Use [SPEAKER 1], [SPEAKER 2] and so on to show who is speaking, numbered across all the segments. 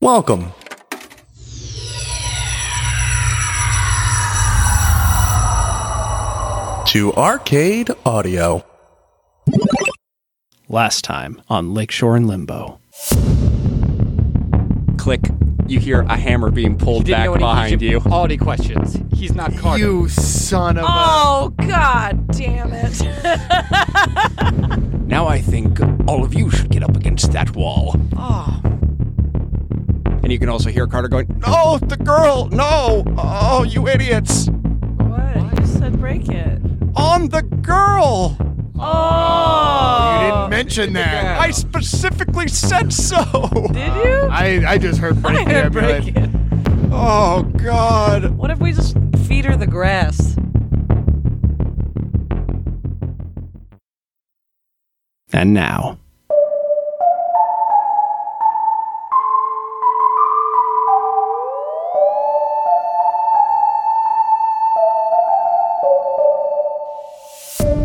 [SPEAKER 1] Welcome. To Arcade Audio.
[SPEAKER 2] Last time on Lakeshore and Limbo.
[SPEAKER 3] click, you hear a hammer being pulled
[SPEAKER 4] Didn't
[SPEAKER 3] back
[SPEAKER 4] know any
[SPEAKER 3] behind you.
[SPEAKER 4] Egyptology questions. He's not Carter.
[SPEAKER 5] You son of
[SPEAKER 6] Oh god damn it.
[SPEAKER 3] Now I think all of you should get up against that wall.
[SPEAKER 4] Ah.
[SPEAKER 6] Oh,
[SPEAKER 3] And you can also hear Carter going, No, the girl, no, oh, you idiots,
[SPEAKER 6] what? You just said break it.
[SPEAKER 3] on the girl.
[SPEAKER 5] a. You
[SPEAKER 6] Oh.
[SPEAKER 5] didn't mention that.
[SPEAKER 3] I specifically said so.
[SPEAKER 6] Did you?
[SPEAKER 5] I, I just heard
[SPEAKER 6] I
[SPEAKER 5] break
[SPEAKER 6] didn't
[SPEAKER 5] there,
[SPEAKER 6] break
[SPEAKER 5] but
[SPEAKER 6] it.
[SPEAKER 3] Oh, God.
[SPEAKER 6] What if we just feed her the grass?
[SPEAKER 2] And now,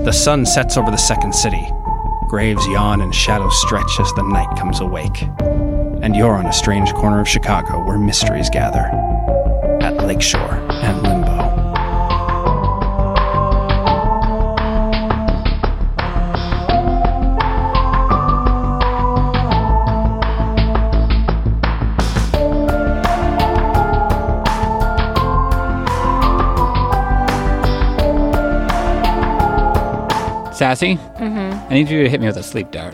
[SPEAKER 2] the sun sets over the second city. Graves yawn and shadows stretch as the night comes awake. And you're on a strange corner of Chicago where mysteries gather at Lakeshore and Limbo.
[SPEAKER 4] Sassy, mm-hmm. I need you to hit me with a sleep dart.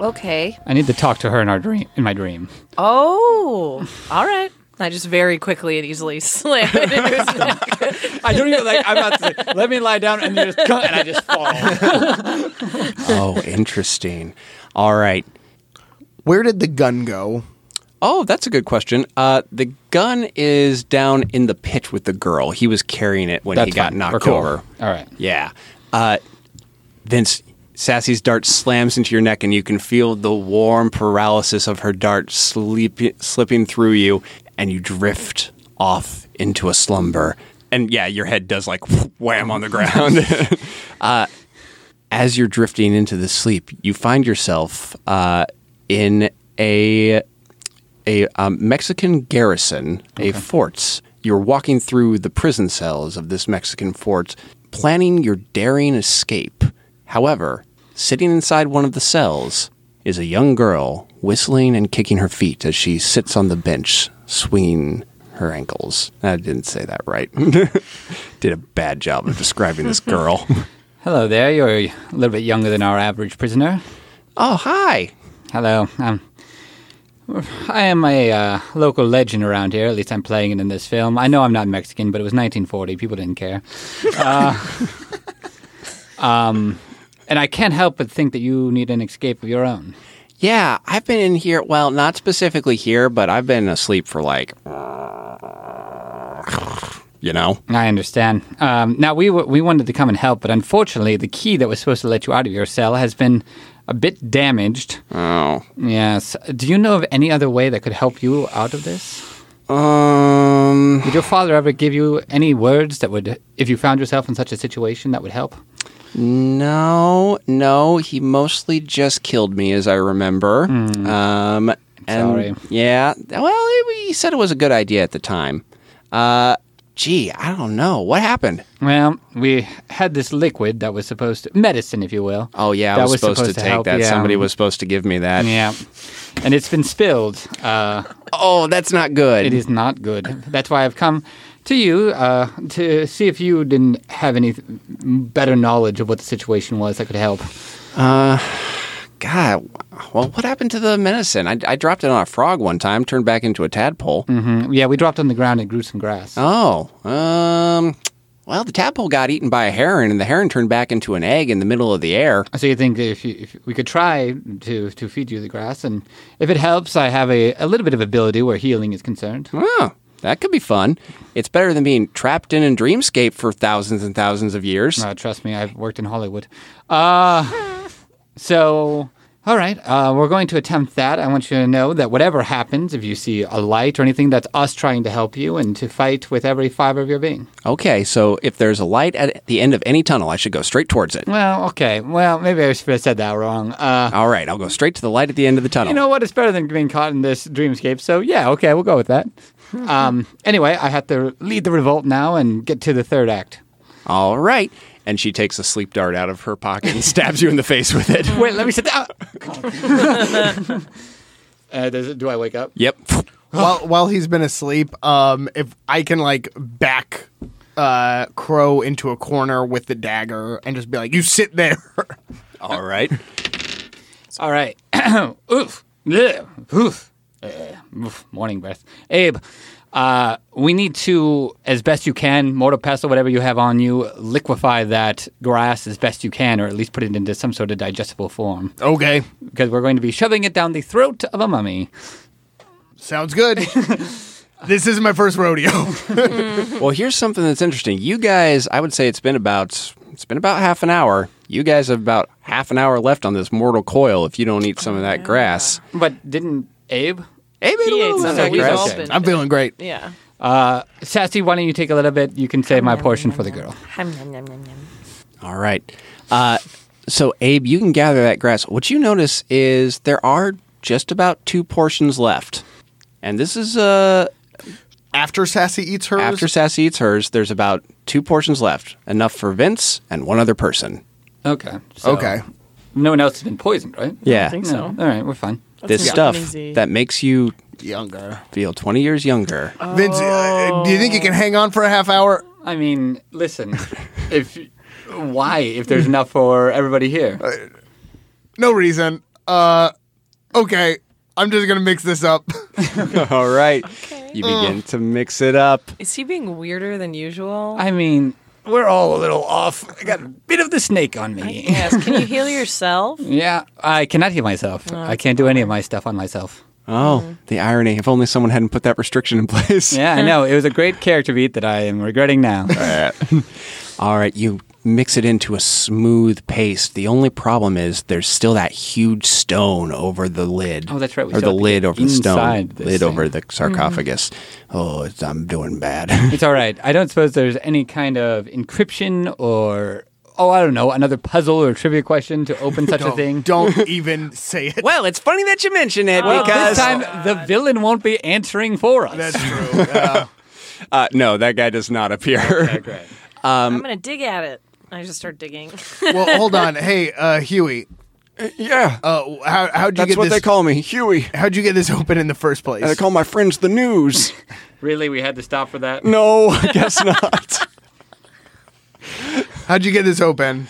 [SPEAKER 6] Okay.
[SPEAKER 4] I need to talk to her in our dream, in my dream.
[SPEAKER 6] Oh. All right. I just very quickly and easily slammed it into his neck.
[SPEAKER 4] I don't even like. I'm about to. Say, Let me lie down, and you just cut, and I just fall.
[SPEAKER 3] Oh, interesting. All right.
[SPEAKER 5] where did the gun go?
[SPEAKER 3] Oh, that's a good question. Uh, the gun is down in the pit with the girl. He was carrying it when he got knocked over.
[SPEAKER 4] All right.
[SPEAKER 3] Yeah. Uh, Vince, Sassy's dart slams into your neck, and you can feel the warm paralysis of her dart sleep- slipping through you, and you drift off into a slumber. And yeah, your head does like wham on the ground. uh, as you're drifting into the sleep, you find yourself uh, in a a um, Mexican garrison, a fort. You're walking through the prison cells of this Mexican fort, planning your daring escape. However, sitting inside one of the cells is a young girl whistling and kicking her feet as she sits on the bench, swinging her ankles. I didn't say that right. Did a bad job of describing this girl.
[SPEAKER 4] Hello there. You're a little bit younger than our average prisoner.
[SPEAKER 3] oh, hi.
[SPEAKER 4] Hello. Um, I am a uh, local legend around here. At least I'm playing it in this film. I know I'm not Mexican, but it was 1940. People didn't care. Uh, um, and I can't help but think that you need an escape of your own.
[SPEAKER 3] Yeah, I've been in here. Well, not specifically here, but I've been asleep for like, you know.
[SPEAKER 4] I understand. Um, now we w- we wanted to come and help, but unfortunately, the key that was supposed to let you out of your cell has been a bit damaged.
[SPEAKER 3] Oh.
[SPEAKER 4] Yes. Do you know of any other way that could help you out of this?
[SPEAKER 3] Um.
[SPEAKER 4] Did your father ever give you any words that would, if you found yourself in such a situation, that would help?
[SPEAKER 3] No, no. He mostly just killed me, as I remember. Um. And
[SPEAKER 4] Hmm. Sorry.
[SPEAKER 3] Yeah. Well, he he said it was a good idea at the time. Uh. Gee, I don't know what happened.
[SPEAKER 4] Well, we had this liquid that was supposed to medicine, if you will.
[SPEAKER 3] Oh yeah,
[SPEAKER 4] that
[SPEAKER 3] I was, supposed, to, take
[SPEAKER 4] help,
[SPEAKER 3] that.
[SPEAKER 4] yeah.
[SPEAKER 3] Somebody was supposed to give me that.
[SPEAKER 4] Yeah. And it's been spilled. Uh,
[SPEAKER 3] Oh, that's not good.
[SPEAKER 4] it is not good. That's why I've come to you uh, to see if you didn't have any th- better knowledge of what the situation was that could help.
[SPEAKER 3] God, well, what happened to the medicine? I, I dropped it on a frog one time, turned back into a tadpole.
[SPEAKER 4] Mm, Yeah, we dropped on the ground and grew some grass.
[SPEAKER 3] Oh, um, well, the tadpole got eaten by a heron, and the heron turned back into an egg in the middle of the air.
[SPEAKER 4] So you think if, you, if we could try to, to feed you the grass, and if it helps, I have a, a little bit of ability where healing is concerned.
[SPEAKER 3] Oh, that could be fun. It's better than being trapped in a dreamscape for thousands and thousands of years.
[SPEAKER 4] Uh, trust me, I've worked in Hollywood. Uh, so, All right, uh, we're going to attempt that. I want you to know that whatever happens, if you see a light or anything, that's us trying to help you and to fight with every fiber of your being.
[SPEAKER 3] Okay, so if there's a light at the end of any tunnel, I should go straight towards it.
[SPEAKER 4] Well, okay. Well, maybe I should have said that wrong. Uh,
[SPEAKER 3] All right, I'll go straight to the light at the end of the tunnel.
[SPEAKER 4] you know what? It's better than being caught in this dreamscape. So yeah, okay, we'll go with that. Um, anyway, I have to lead the revolt now and get to the third act.
[SPEAKER 3] All right. And she takes a sleep dart out of her pocket and stabs you in the face with it.
[SPEAKER 4] Wait, let me sit down. uh, does it, do I wake up?
[SPEAKER 3] Yep.
[SPEAKER 5] while while he's been asleep, um, if I can like back uh, Crow into a corner with the dagger and just be like, "You sit there."
[SPEAKER 3] All right.
[SPEAKER 4] All right. Oof. Blech. Oof. Uh, oof. Morning breath. Abe, uh, we need to, as best you can, mortar pestle, whatever you have on you, liquefy that grass as best you can, or at least put it into some sort of digestible form.
[SPEAKER 5] okay,
[SPEAKER 4] Because we're going to be shoving it down the throat of a mummy.
[SPEAKER 5] sounds good. this isn't my first rodeo.
[SPEAKER 3] Well, here's something that's interesting. You guys, I would say it's been about it's been about half an hour. You guys have about half an hour left on this mortal coil if you don't eat some of that grass.
[SPEAKER 4] But didn't Abe?
[SPEAKER 3] Hey, maybe a
[SPEAKER 6] He
[SPEAKER 3] little
[SPEAKER 6] ate
[SPEAKER 3] bit of
[SPEAKER 6] some, so
[SPEAKER 3] that
[SPEAKER 6] we've all
[SPEAKER 3] grass.
[SPEAKER 6] been.
[SPEAKER 5] I'm feeling Oh, great.
[SPEAKER 6] Yeah.
[SPEAKER 4] Sassy, why don't you take a little bit? You can save my portion for the girl.
[SPEAKER 6] Hum, yum, yum, yum, yum.
[SPEAKER 3] All right. Uh, so, Abe, you can gather that grass. What you notice is there are just about two portions left. And this is uh,
[SPEAKER 5] After Sassy eats hers,
[SPEAKER 3] after Sassy eats hers, there's about two portions left. Enough for Vince and one other person.
[SPEAKER 4] Okay. so-
[SPEAKER 5] okay,
[SPEAKER 4] No one else has been poisoned, right?
[SPEAKER 3] Yeah.
[SPEAKER 6] think
[SPEAKER 4] No. All right, we're fine.
[SPEAKER 3] This
[SPEAKER 6] nice
[SPEAKER 3] stuff
[SPEAKER 6] and easy.
[SPEAKER 3] that makes you
[SPEAKER 5] younger.
[SPEAKER 3] feel 20 years younger.
[SPEAKER 5] Vince, uh, do you think you can hang on for a half hour?
[SPEAKER 4] I mean, listen, if why if there's enough for everybody here?
[SPEAKER 5] No reason. Uh, okay, I'm just gonna mix this up.
[SPEAKER 3] All right. You begin to mix it up.
[SPEAKER 6] Is he being weirder than usual?
[SPEAKER 4] I mean, we're all a little off. I got a bit of the snake on me.
[SPEAKER 6] yes. Can you heal yourself?
[SPEAKER 5] Um,
[SPEAKER 4] yeah, I cannot heal myself. I can't do any of my stuff on myself.
[SPEAKER 3] Oh, the irony. If only someone hadn't put that restriction in place.
[SPEAKER 4] Yeah, I know. It was a great character beat that I am regretting now.
[SPEAKER 3] All right, you mix it into a smooth paste. The only problem is there's still that huge stone over the lid.
[SPEAKER 4] Oh, that's right, we
[SPEAKER 3] or
[SPEAKER 4] still
[SPEAKER 3] the
[SPEAKER 4] have to
[SPEAKER 3] lid
[SPEAKER 4] get
[SPEAKER 3] over the stone.
[SPEAKER 4] inside this
[SPEAKER 3] Lid
[SPEAKER 4] thing. Mm-hmm.
[SPEAKER 3] over the sarcophagus. Oh, it's, I'm doing bad.
[SPEAKER 4] it's all right. I don't suppose there's any kind of encryption or oh, I don't know, another puzzle or trivia question to open such a thing.
[SPEAKER 5] Don't even say it.
[SPEAKER 3] well, it's funny that you mention it
[SPEAKER 4] Oh, Well,
[SPEAKER 3] because
[SPEAKER 4] this time the villain won't be answering for us.
[SPEAKER 5] That's true. Yeah.
[SPEAKER 3] uh, no, that guy does not appear.
[SPEAKER 4] great.
[SPEAKER 6] I'm gonna dig at it. I just start digging.
[SPEAKER 5] well, hold on. Hey, uh, Huey,
[SPEAKER 3] yeah,
[SPEAKER 5] uh, how how'd you
[SPEAKER 3] that's
[SPEAKER 5] get
[SPEAKER 3] what
[SPEAKER 5] this?
[SPEAKER 3] they call me, Huey.
[SPEAKER 5] how'd you get this open in the first place?
[SPEAKER 3] I call my friends the news.
[SPEAKER 4] Really, we had to stop for that.
[SPEAKER 3] No, I guess not.
[SPEAKER 5] how'd you get this open?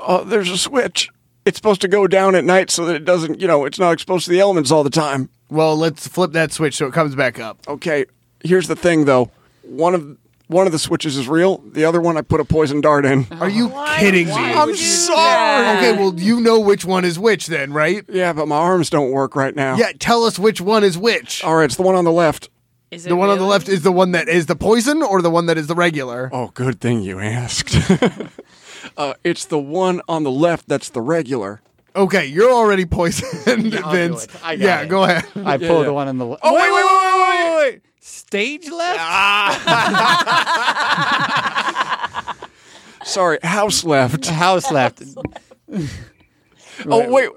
[SPEAKER 3] Oh, there's a switch. It's supposed to go down at night so that it doesn't, you know, it's not exposed to the elements all the time.
[SPEAKER 5] Well, let's flip that switch so it comes back up.
[SPEAKER 3] Okay, here's the thing though. One of one of the switches is real. The other one I put a poison dart in.
[SPEAKER 5] Are you kidding me?
[SPEAKER 3] I'm sorry.
[SPEAKER 5] Okay, well, you know which one is which then, right?
[SPEAKER 3] Yeah, but my arms don't work right now.
[SPEAKER 5] Yeah, tell us which one is which.
[SPEAKER 1] Oh.
[SPEAKER 3] All right, it's the one on the left.
[SPEAKER 6] Is it
[SPEAKER 5] the one on the
[SPEAKER 6] really?
[SPEAKER 5] left is the one that is the poison or the one that is the regular?
[SPEAKER 3] Oh, good thing you asked. uh, it's the one on the left that's the regular.
[SPEAKER 5] Okay, you're already poisoned,
[SPEAKER 4] I'll do
[SPEAKER 5] Vince.
[SPEAKER 4] it. I got
[SPEAKER 5] yeah,
[SPEAKER 4] it.
[SPEAKER 5] go ahead.
[SPEAKER 4] I pulled
[SPEAKER 3] yeah.
[SPEAKER 4] the one on the. left.
[SPEAKER 3] Oh, wait, wait, wait, wait, wait, wait. Ah.
[SPEAKER 4] Stage left?
[SPEAKER 3] Sorry, house left.
[SPEAKER 4] House left.
[SPEAKER 3] Oh, wait.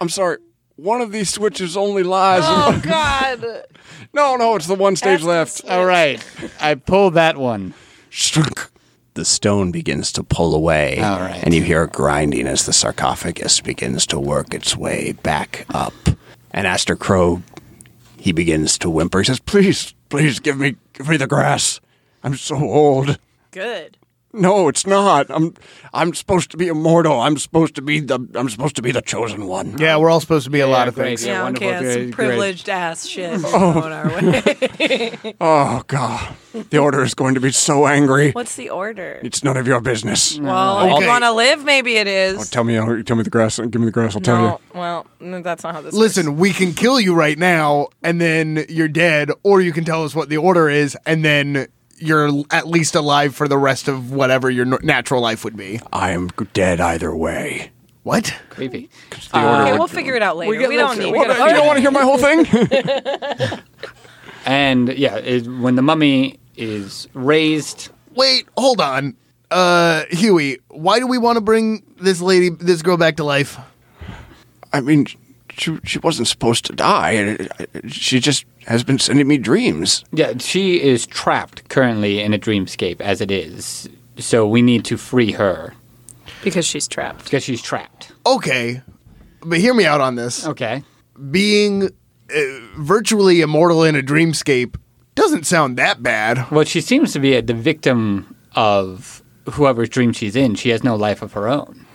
[SPEAKER 3] I'm sorry. One of these switches only lies.
[SPEAKER 6] Oh God.
[SPEAKER 3] No, no, it's the one stage left.
[SPEAKER 4] All right. I pulled that one.
[SPEAKER 3] The stone begins to pull away,
[SPEAKER 4] All right.
[SPEAKER 3] and you hear a grinding as the sarcophagus begins to work its way back up. And Aster Crow, he begins to whimper. He says, "Please, please give me, give me the grass. I'm so old.
[SPEAKER 6] Good.
[SPEAKER 3] No, it's not. I'm, I'm supposed to be immortal. I'm supposed to be the, I'm supposed to be the chosen one.
[SPEAKER 5] Yeah, we're all supposed to be a lot of
[SPEAKER 4] great.
[SPEAKER 5] things.
[SPEAKER 4] Yeah,
[SPEAKER 6] Yeah,
[SPEAKER 4] wonderful.
[SPEAKER 6] okay, that's
[SPEAKER 4] Great,
[SPEAKER 6] some
[SPEAKER 4] great.
[SPEAKER 6] privileged ass shit going our way.
[SPEAKER 3] Oh God, the order is going to be so angry.
[SPEAKER 6] What's the order?
[SPEAKER 3] It's none of your business.
[SPEAKER 6] Well, if
[SPEAKER 5] Okay.
[SPEAKER 6] you want to live, maybe it is.
[SPEAKER 3] Oh, tell me, tell me the grass. Give me the grass. I'll tell you.
[SPEAKER 6] no, well, no, that's not how this works.
[SPEAKER 5] Listen, we can kill you right now and then you're dead, or you can tell us what the order is and then you're l- at least alive for the rest of whatever your n- natural life would be.
[SPEAKER 3] I am dead either way.
[SPEAKER 1] What?
[SPEAKER 4] Creepy.
[SPEAKER 6] Okay, we'll figure it out later. We,
[SPEAKER 4] get-
[SPEAKER 6] don't
[SPEAKER 4] let's-
[SPEAKER 6] need.
[SPEAKER 4] we'll
[SPEAKER 6] we
[SPEAKER 4] get-
[SPEAKER 6] gotta-
[SPEAKER 1] You don't want to hear my whole thing?
[SPEAKER 4] And yeah, it, when the mummy is raised,
[SPEAKER 5] Wait, hold on. Uh, Huey, why do we want to bring this lady, this girl back to life?
[SPEAKER 3] I mean, she she wasn't supposed to die. She just has been sending me dreams.
[SPEAKER 4] yeah, she is trapped currently in a dreamscape as it is. So we need to free her
[SPEAKER 6] because she's trapped.
[SPEAKER 4] because she's trapped.
[SPEAKER 5] Okay, but hear me out on this.
[SPEAKER 4] Okay.
[SPEAKER 5] Being uh, virtually immortal in a dreamscape doesn't sound that bad.
[SPEAKER 4] Well, she seems to be uh the victim of whoever's dream she's in. She has no life of her own.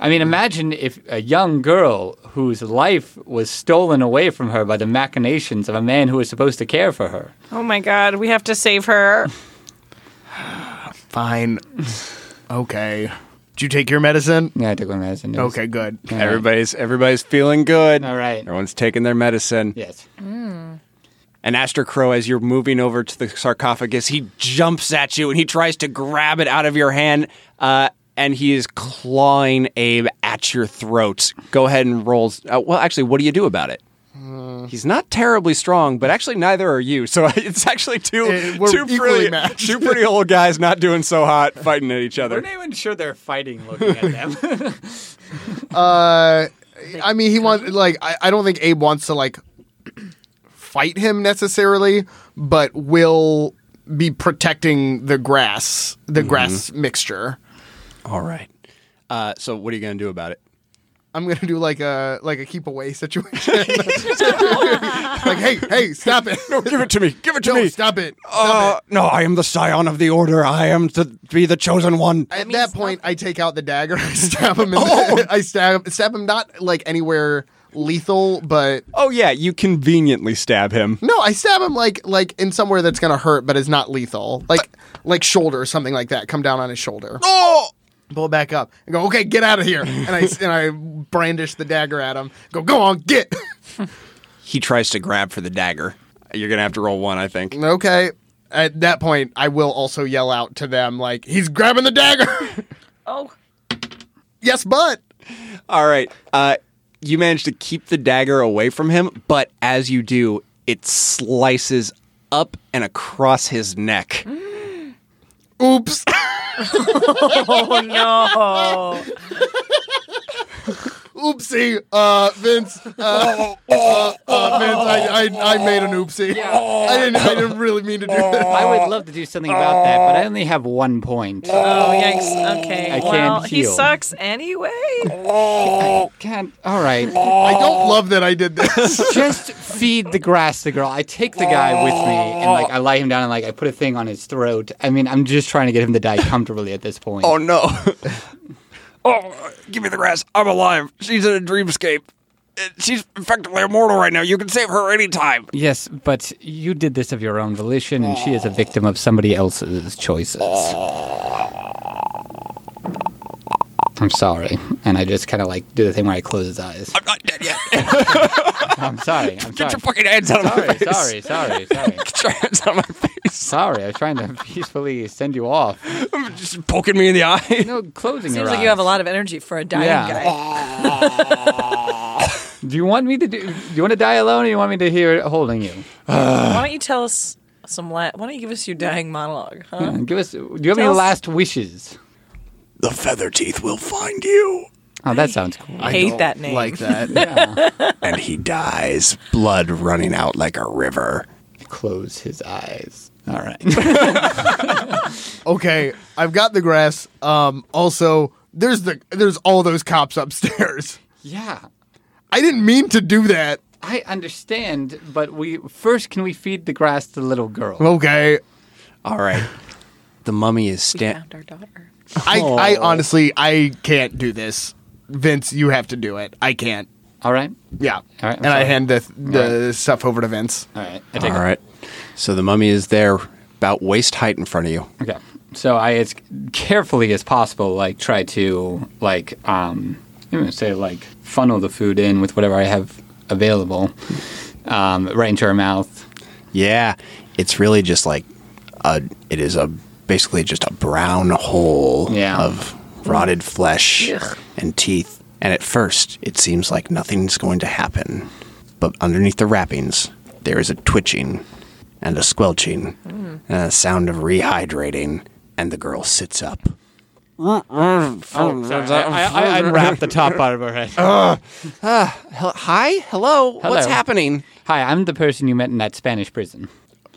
[SPEAKER 4] I mean, imagine if a young girl whose life was stolen away from her by the machinations of a man who was supposed to care for her.
[SPEAKER 6] Oh my god, we have to save her.
[SPEAKER 5] Fine. okay. Did you take your medicine?
[SPEAKER 4] Yeah, I took my medicine. It was-
[SPEAKER 5] Okay, good.
[SPEAKER 3] Everybody's everybody's feeling good.
[SPEAKER 4] All right.
[SPEAKER 3] Everyone's taking their medicine.
[SPEAKER 4] Yes.
[SPEAKER 3] And Aster Crow, as you're moving over to the sarcophagus, he jumps at you and he tries to grab it out of your hand. Uh, and he is clawing Abe at your throat. Go ahead and rolls. Uh, well, actually, what do you do about it? He's not terribly strong, but actually neither are you. So it's actually two
[SPEAKER 5] Eh, we're
[SPEAKER 3] two
[SPEAKER 5] equally
[SPEAKER 3] pretty
[SPEAKER 5] matched.
[SPEAKER 3] two pretty old guys not doing so hot fighting at each other.
[SPEAKER 4] We're not even sure they're fighting looking at them.
[SPEAKER 5] Uh, I mean, he wants like I, I don't think Abe wants to like fight him necessarily, but will be protecting the grass, the
[SPEAKER 3] Mm-hmm.
[SPEAKER 5] grass mixture.
[SPEAKER 3] All right. Uh, so what are you going to do about it?
[SPEAKER 5] I'm gonna do like a like a keep away situation. like, hey, hey, stop it!
[SPEAKER 3] No, give it to me. Give it to
[SPEAKER 5] No,
[SPEAKER 3] me.
[SPEAKER 5] stop it!
[SPEAKER 3] Uh, no, I am the scion of the order. I am to be the chosen one.
[SPEAKER 5] At that point, I take out the dagger. I stab him. In
[SPEAKER 3] Oh.
[SPEAKER 5] the, I stab stab him not like anywhere lethal, but
[SPEAKER 3] Oh yeah, you conveniently stab him.
[SPEAKER 5] No, I stab him like like in somewhere that's gonna hurt, but is not lethal. Like like shoulder or something like that. Come down on his shoulder.
[SPEAKER 3] Oh,
[SPEAKER 5] Pull back up and go. Okay, get out of here. And I and I brandish the dagger at him. Go go on, get.
[SPEAKER 3] he tries to grab for the dagger. You're gonna have to roll one, I think.
[SPEAKER 5] okay. At that point, I will also yell out to them like he's grabbing the dagger.
[SPEAKER 6] Oh,
[SPEAKER 5] yes, but
[SPEAKER 3] All right, uh, you manage to keep the dagger away from him, but as you do, it slices up and across his neck.
[SPEAKER 5] oops.
[SPEAKER 6] oh no.
[SPEAKER 5] oopsie. Uh, Vince. Uh, uh, uh, Vince. I, I I made an oopsie. I didn't I didn't really mean to do that.
[SPEAKER 4] I would love to do something about that, but I only have one point.
[SPEAKER 6] Oh yikes. Okay.
[SPEAKER 4] I can't
[SPEAKER 6] well, he
[SPEAKER 4] heal.
[SPEAKER 6] sucks anyway.
[SPEAKER 4] Can't. All right.
[SPEAKER 5] I don't love that I did this.
[SPEAKER 4] just feed the grass the girl. I take the guy with me and like I lie him down and like I put a thing on his throat. I mean, I'm just trying to get him to die comfortably at this point.
[SPEAKER 3] Oh no! oh, give me the rest. I'm alive. She's in a dreamscape. Uh, She's effectively immortal right now. You can save her anytime.
[SPEAKER 4] Yes, but you did this of your own volition and she is a victim of somebody else's choices. I'm sorry. And I just kind of like do the thing where I close his eyes.
[SPEAKER 3] I'm not dead yet.
[SPEAKER 4] I'm sorry. I'm
[SPEAKER 3] Get
[SPEAKER 4] sorry.
[SPEAKER 3] your fucking hands out of my
[SPEAKER 4] Sorry,
[SPEAKER 3] face.
[SPEAKER 4] sorry, sorry, sorry.
[SPEAKER 3] Get your hands out of my face.
[SPEAKER 4] Sorry, I was trying to peacefully send you off.
[SPEAKER 3] Just poking me in the eye.
[SPEAKER 4] No, closing your
[SPEAKER 6] Seems
[SPEAKER 4] eyes.
[SPEAKER 6] like you have a lot of energy for a dying
[SPEAKER 4] Yeah.
[SPEAKER 6] guy.
[SPEAKER 4] Do you want me to do? Do you want to die alone, or you want me to hear it holding you?
[SPEAKER 6] Why don't you tell us some? La- why don't you give us your dying monologue? Huh?
[SPEAKER 4] Uh, Give us. Do you have any
[SPEAKER 6] Tell us-
[SPEAKER 4] last wishes?
[SPEAKER 1] The feather teeth will find you.
[SPEAKER 4] Oh, that sounds cool.
[SPEAKER 6] I hate that name.
[SPEAKER 5] like that.
[SPEAKER 1] And he dies, blood running out like a river.
[SPEAKER 4] Close his eyes. All right.
[SPEAKER 5] okay, I've got the grass. Um, also, there's the there's all those cops upstairs.
[SPEAKER 4] yeah,
[SPEAKER 5] I didn't mean to do that.
[SPEAKER 4] I understand, but we first can we feed the grass to the little girl?
[SPEAKER 5] Okay,
[SPEAKER 3] All right. The mummy is stand.
[SPEAKER 6] Found our daughter.
[SPEAKER 5] I I honestly I can't do this. Vince, you have to do it. I can't.
[SPEAKER 4] All right.
[SPEAKER 5] Yeah,
[SPEAKER 4] All right, I'm
[SPEAKER 5] and I
[SPEAKER 4] sorry.
[SPEAKER 5] hand the the stuff over to Vince.
[SPEAKER 4] All right. I
[SPEAKER 3] All
[SPEAKER 4] take it.
[SPEAKER 3] right. So the mummy is there, about waist height in front of you.
[SPEAKER 4] Okay. So I, as carefully as possible, like try to like um, I'm gonna say like funnel the food in with whatever I have available, um, right into her mouth.
[SPEAKER 1] Yeah, it's really just like a. It is a basically just a brown hole
[SPEAKER 4] Yeah.
[SPEAKER 1] of rotted flesh
[SPEAKER 6] Ugh.
[SPEAKER 1] and teeth.
[SPEAKER 3] And at first, it seems like nothing's going to happen. But underneath the wrappings, there is a twitching and a squelching
[SPEAKER 4] Hmm.
[SPEAKER 3] and a sound of rehydrating, and the girl sits up.
[SPEAKER 4] I, I unwrapped the top part of her head.
[SPEAKER 3] Hi? Hello? Uh, What's
[SPEAKER 4] Hello.
[SPEAKER 3] happening?
[SPEAKER 4] Hi, I'm the person you met in that Spanish prison.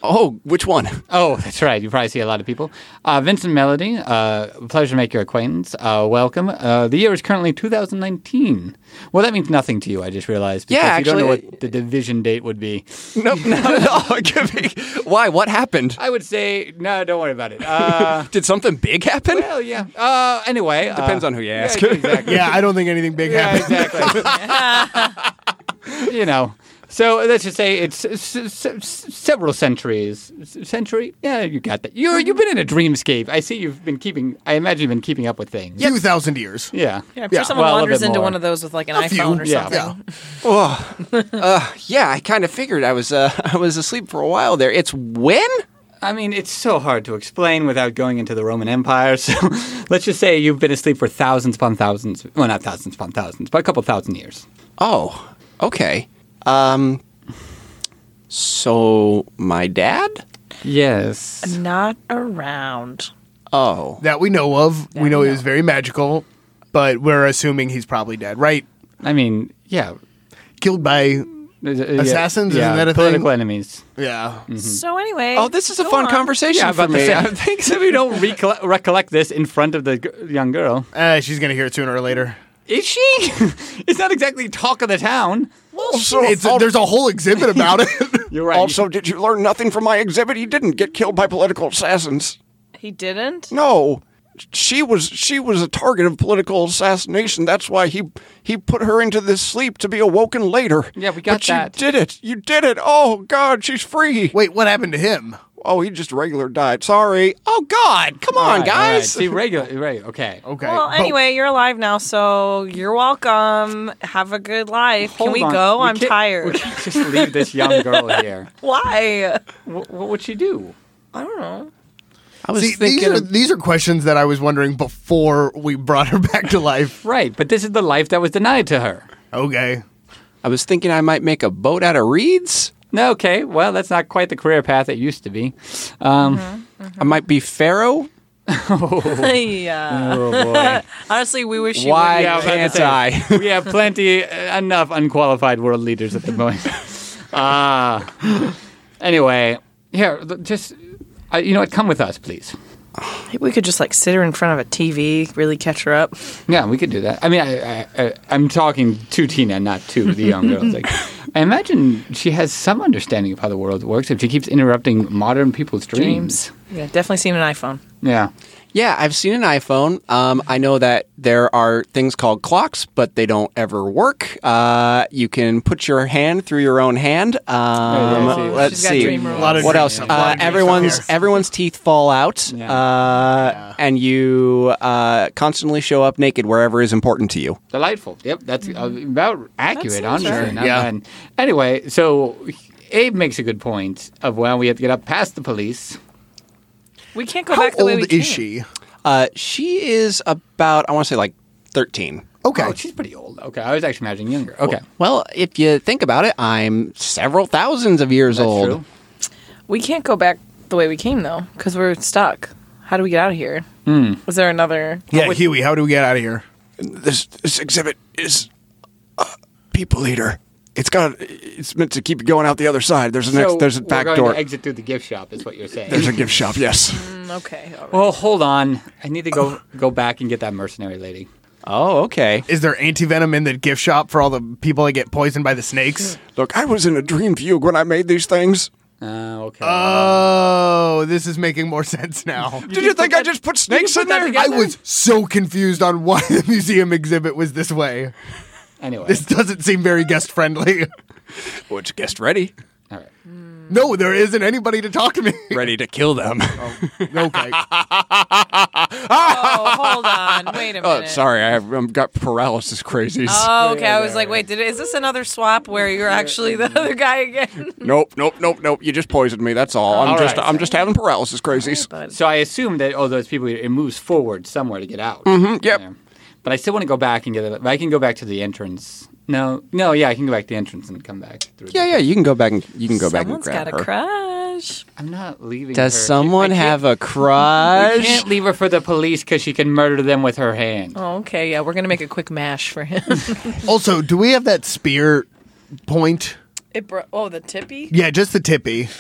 [SPEAKER 3] Oh, which one?
[SPEAKER 4] Oh, that's right. You probably see a lot of people. Uh, Vincent Melody, uh, pleasure to make your acquaintance. Uh, welcome. Uh, the year is currently 2019. Well, that means nothing to you, I just realized. Because
[SPEAKER 3] Yeah,
[SPEAKER 4] you don't know
[SPEAKER 3] actually-
[SPEAKER 4] what the division date would be.
[SPEAKER 3] Nope, no, no. Oh, Give me- Why? What happened?
[SPEAKER 4] I would say, no, don't worry about it. Uh,
[SPEAKER 3] Did something big happen?
[SPEAKER 4] well, yeah. Uh, anyway.
[SPEAKER 3] Depends
[SPEAKER 4] uh,
[SPEAKER 3] on who you ask.
[SPEAKER 4] Yeah, exactly.
[SPEAKER 5] Yeah, I don't think anything big
[SPEAKER 4] Yeah,
[SPEAKER 5] happened.
[SPEAKER 4] exactly. you know. So let's just say it's s- s- s- several centuries. S- Century? Yeah, you got that. You you've been in a dreamscape. I see you've been keeping. I imagine you've been keeping up with things.
[SPEAKER 5] Two thousand years.
[SPEAKER 4] Yeah.
[SPEAKER 6] Yeah, I'm sure
[SPEAKER 5] Yeah,
[SPEAKER 6] someone
[SPEAKER 4] well, a
[SPEAKER 6] wanders
[SPEAKER 4] bit
[SPEAKER 6] into
[SPEAKER 4] more.
[SPEAKER 6] one of those with like an
[SPEAKER 5] few,
[SPEAKER 6] iPhone or
[SPEAKER 4] yeah.
[SPEAKER 6] something.
[SPEAKER 5] Yeah.
[SPEAKER 3] Yeah, I kind of figured I was uh, I was asleep for a while there. It's when?
[SPEAKER 4] I mean, it's so hard to explain without going into the Roman Empire. So let's just say you've been asleep for thousands upon thousands. Well, not thousands upon thousands, but a couple thousand years.
[SPEAKER 3] Oh, okay. Um so my dad?
[SPEAKER 4] Yes.
[SPEAKER 6] Not around.
[SPEAKER 3] Oh.
[SPEAKER 5] That we know of. we know he was very magical, but we're assuming he's probably dead, right?
[SPEAKER 4] I mean, yeah. Uh,
[SPEAKER 5] Killed by Assassins?
[SPEAKER 4] Yeah,
[SPEAKER 5] Isn't that a thing?
[SPEAKER 4] political enemies.
[SPEAKER 5] yeah.
[SPEAKER 6] So anyway.
[SPEAKER 3] Oh, this is a
[SPEAKER 6] go
[SPEAKER 3] fun
[SPEAKER 6] on.
[SPEAKER 3] conversation
[SPEAKER 4] Yeah,
[SPEAKER 3] for
[SPEAKER 4] about the
[SPEAKER 3] me.
[SPEAKER 4] same.
[SPEAKER 3] I think so.
[SPEAKER 4] If you don't recollect, recollect this in front of the g- young girl,
[SPEAKER 5] Uh, she's gonna hear it sooner or later.
[SPEAKER 4] is she? it's not exactly talk of the town.
[SPEAKER 1] Also,
[SPEAKER 5] It's there's a whole exhibit about it.
[SPEAKER 4] You're right.
[SPEAKER 1] also, did you learn nothing from my exhibit? He didn't get killed by political assassins.
[SPEAKER 6] He didn't?
[SPEAKER 1] No, she was she was a target of political assassination. That's why he he put her into this sleep to be awoken later.
[SPEAKER 4] Yeah, we got
[SPEAKER 1] but
[SPEAKER 4] that.
[SPEAKER 1] You did it. You did it. Oh God, she's free.
[SPEAKER 5] Wait, what happened to him?
[SPEAKER 1] Oh, he just regular died. Sorry. Oh God, come on, guys.
[SPEAKER 4] See, regular, right? Okay.
[SPEAKER 5] Okay.
[SPEAKER 6] Well,
[SPEAKER 5] but-
[SPEAKER 6] anyway, you're alive now, so you're welcome. Have a good life.
[SPEAKER 4] Hold
[SPEAKER 6] Can we
[SPEAKER 4] on.
[SPEAKER 6] go? I'm
[SPEAKER 4] can't- We
[SPEAKER 6] tired.
[SPEAKER 4] can't just leave this young girl here.
[SPEAKER 6] Why?
[SPEAKER 4] What, what would she do?
[SPEAKER 6] I don't know.
[SPEAKER 3] I was
[SPEAKER 5] See, these
[SPEAKER 3] thinking
[SPEAKER 5] are
[SPEAKER 3] of-
[SPEAKER 5] these are questions that I was wondering before we brought her back to life.
[SPEAKER 4] Right, but this is the life that was denied to her.
[SPEAKER 5] Okay.
[SPEAKER 3] I was thinking I might make a boat out of reeds.
[SPEAKER 4] No, okay, well, that's not quite the career path it used to be. Um,
[SPEAKER 3] I might be pharaoh.
[SPEAKER 6] yeah.
[SPEAKER 4] Oh boy,
[SPEAKER 6] Honestly, we wish you
[SPEAKER 3] Why
[SPEAKER 6] would.
[SPEAKER 4] yeah, I was about to
[SPEAKER 3] can't
[SPEAKER 4] say.
[SPEAKER 3] I?
[SPEAKER 4] we have plenty uh, enough unqualified world leaders at the moment. Ah, anyway, here, l- just uh, you know what? Come with us, please.
[SPEAKER 6] Maybe we could just like sit her in front of a TV, really catch her up.
[SPEAKER 4] Yeah, we could do that. I mean, I, I, I, I'm talking to Tina, not to the young girls. Like, I imagine she has some understanding of how the world works if she keeps interrupting modern people's dreams.
[SPEAKER 6] Yeah, definitely seen an iPhone.
[SPEAKER 4] Yeah.
[SPEAKER 3] Yeah, I've seen an iPhone. Um, I know that there are things called clocks, but they don't ever work. Uh, you can put your hand through your own hand. Um,
[SPEAKER 4] Oh, yeah, I see.
[SPEAKER 3] let's
[SPEAKER 6] She's got
[SPEAKER 3] see.
[SPEAKER 6] dream rules.
[SPEAKER 5] Lot of
[SPEAKER 3] what
[SPEAKER 5] dream
[SPEAKER 3] else?
[SPEAKER 5] stuff. Lot
[SPEAKER 3] Uh,
[SPEAKER 5] of dream
[SPEAKER 3] everyone's
[SPEAKER 5] stuff here.
[SPEAKER 3] everyone's teeth fall out,
[SPEAKER 4] Yeah.
[SPEAKER 3] uh, and you uh, constantly show up naked wherever is important to you.
[SPEAKER 4] Delightful. Yep, that's uh, about accurate,
[SPEAKER 6] sounds
[SPEAKER 4] honestly.
[SPEAKER 6] right.
[SPEAKER 4] Not
[SPEAKER 5] Yeah.
[SPEAKER 4] bad. Anyway, so Abe makes a good point of well, we have to get up past the police.
[SPEAKER 6] We can't go
[SPEAKER 5] How
[SPEAKER 6] back the way we
[SPEAKER 5] old
[SPEAKER 6] came.
[SPEAKER 5] is she?
[SPEAKER 3] Uh, she is about, I want to say, like thirteen.
[SPEAKER 5] Okay.
[SPEAKER 4] Oh, she's pretty old. Okay, I was actually imagining younger. Okay,
[SPEAKER 3] Well, if you think about it, I'm several thousands of years
[SPEAKER 4] that's
[SPEAKER 3] old.
[SPEAKER 4] true.
[SPEAKER 6] We can't go back the way we came though, because we're stuck. How do we get out of here?
[SPEAKER 3] Hmm.
[SPEAKER 6] Was there another?
[SPEAKER 5] yeah, Huey. How do we get out of here?
[SPEAKER 1] this this exhibit is a people eater. It's got it's meant to keep you going out the other side. There's a next
[SPEAKER 4] So
[SPEAKER 1] there's a
[SPEAKER 4] we're
[SPEAKER 1] back
[SPEAKER 4] going
[SPEAKER 1] door.
[SPEAKER 4] To exit through the gift shop is what you're saying.
[SPEAKER 1] there's a gift shop. Yes.
[SPEAKER 6] Mm, Okay. all right.
[SPEAKER 4] well, hold on. I need to go go back and get that mercenary lady.
[SPEAKER 3] Oh, okay.
[SPEAKER 5] Is there anti venom in the gift shop for all the people that get poisoned by the snakes?
[SPEAKER 1] Look, I was in a dream fugue when I made these things.
[SPEAKER 4] Uh, okay.
[SPEAKER 5] Oh, this is making more sense now.
[SPEAKER 1] Did you think I just put snakes in
[SPEAKER 4] that
[SPEAKER 1] there?
[SPEAKER 4] together?
[SPEAKER 5] I was so confused on why the museum exhibit was this way.
[SPEAKER 4] anyway,
[SPEAKER 5] This doesn't seem very guest friendly.
[SPEAKER 1] Well, it's guest ready,
[SPEAKER 4] all right.
[SPEAKER 5] No, there isn't anybody to talk to me.
[SPEAKER 1] ready to kill them.
[SPEAKER 5] Okay.
[SPEAKER 6] Oh, hold on. Wait a minute.
[SPEAKER 1] Oh, sorry, I have, I've got paralysis crazies.
[SPEAKER 6] Oh, okay. I was like, wait, Mm-hmm. did, is this another swap where you're actually the other guy again?
[SPEAKER 1] nope, nope, nope, nope. You just poisoned me. That's all. I'm
[SPEAKER 4] All
[SPEAKER 1] just
[SPEAKER 4] right.
[SPEAKER 1] I'm just having paralysis crazies.
[SPEAKER 6] But
[SPEAKER 4] oh,
[SPEAKER 3] Mm-hmm.
[SPEAKER 4] So I assume that all those people, it moves forward somewhere to get out.
[SPEAKER 1] yep.
[SPEAKER 4] Yeah. But I still want to go back and get it. I can go back to the entrance. No, no, yeah, I can go back to the entrance and come back. Through
[SPEAKER 3] Yeah,
[SPEAKER 4] the-
[SPEAKER 3] yeah, you can go back and you can go back and
[SPEAKER 6] Someone's
[SPEAKER 3] grab
[SPEAKER 6] got a
[SPEAKER 3] her.
[SPEAKER 6] crush.
[SPEAKER 4] I'm not leaving.
[SPEAKER 3] Does
[SPEAKER 4] her.
[SPEAKER 3] someone
[SPEAKER 4] I can't-
[SPEAKER 3] have a
[SPEAKER 4] I
[SPEAKER 3] crush?
[SPEAKER 4] can't leave her for the police because she can murder them with her hand.
[SPEAKER 6] Oh, okay, yeah, we're gonna make a quick mash for him.
[SPEAKER 5] Also, do we have that spear point?
[SPEAKER 6] it bro- oh, the tippy.
[SPEAKER 5] Yeah, just the tippy.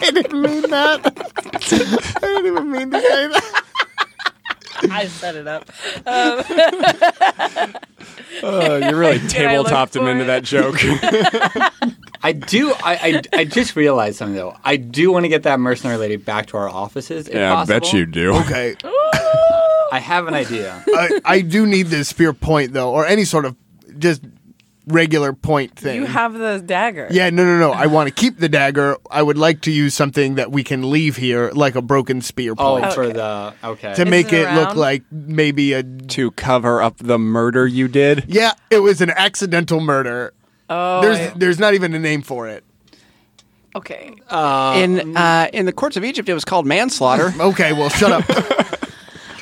[SPEAKER 5] I didn't mean that. I didn't even mean to say that.
[SPEAKER 6] I set it up.
[SPEAKER 3] you really
[SPEAKER 6] I look
[SPEAKER 3] tabletopped him
[SPEAKER 6] for
[SPEAKER 3] into
[SPEAKER 6] it?
[SPEAKER 3] that joke.
[SPEAKER 4] I do. I, I, I just realized something though. I do want to get that mercenary lady back to our offices. If possible.
[SPEAKER 3] do.
[SPEAKER 5] Okay.
[SPEAKER 4] I have an idea.
[SPEAKER 5] I, I do need this spear point though, or any sort of just regular point thing.
[SPEAKER 6] You have the dagger.
[SPEAKER 5] yeah, no, no, no. I want to keep the dagger. I would like to use something that we can leave here, like a broken spear
[SPEAKER 4] Oh,
[SPEAKER 5] point,
[SPEAKER 4] for the okay.
[SPEAKER 5] to make
[SPEAKER 6] it
[SPEAKER 5] it look
[SPEAKER 6] around?
[SPEAKER 5] like maybe a.
[SPEAKER 3] To cover up the murder you did.
[SPEAKER 5] Yeah, it was an accidental murder.
[SPEAKER 6] Oh,
[SPEAKER 5] There's,
[SPEAKER 6] I-
[SPEAKER 5] there's not even a name for it.
[SPEAKER 6] okay.
[SPEAKER 1] Um,
[SPEAKER 3] in uh, in the courts of Egypt, it was called manslaughter.
[SPEAKER 5] Okay, well, shut up.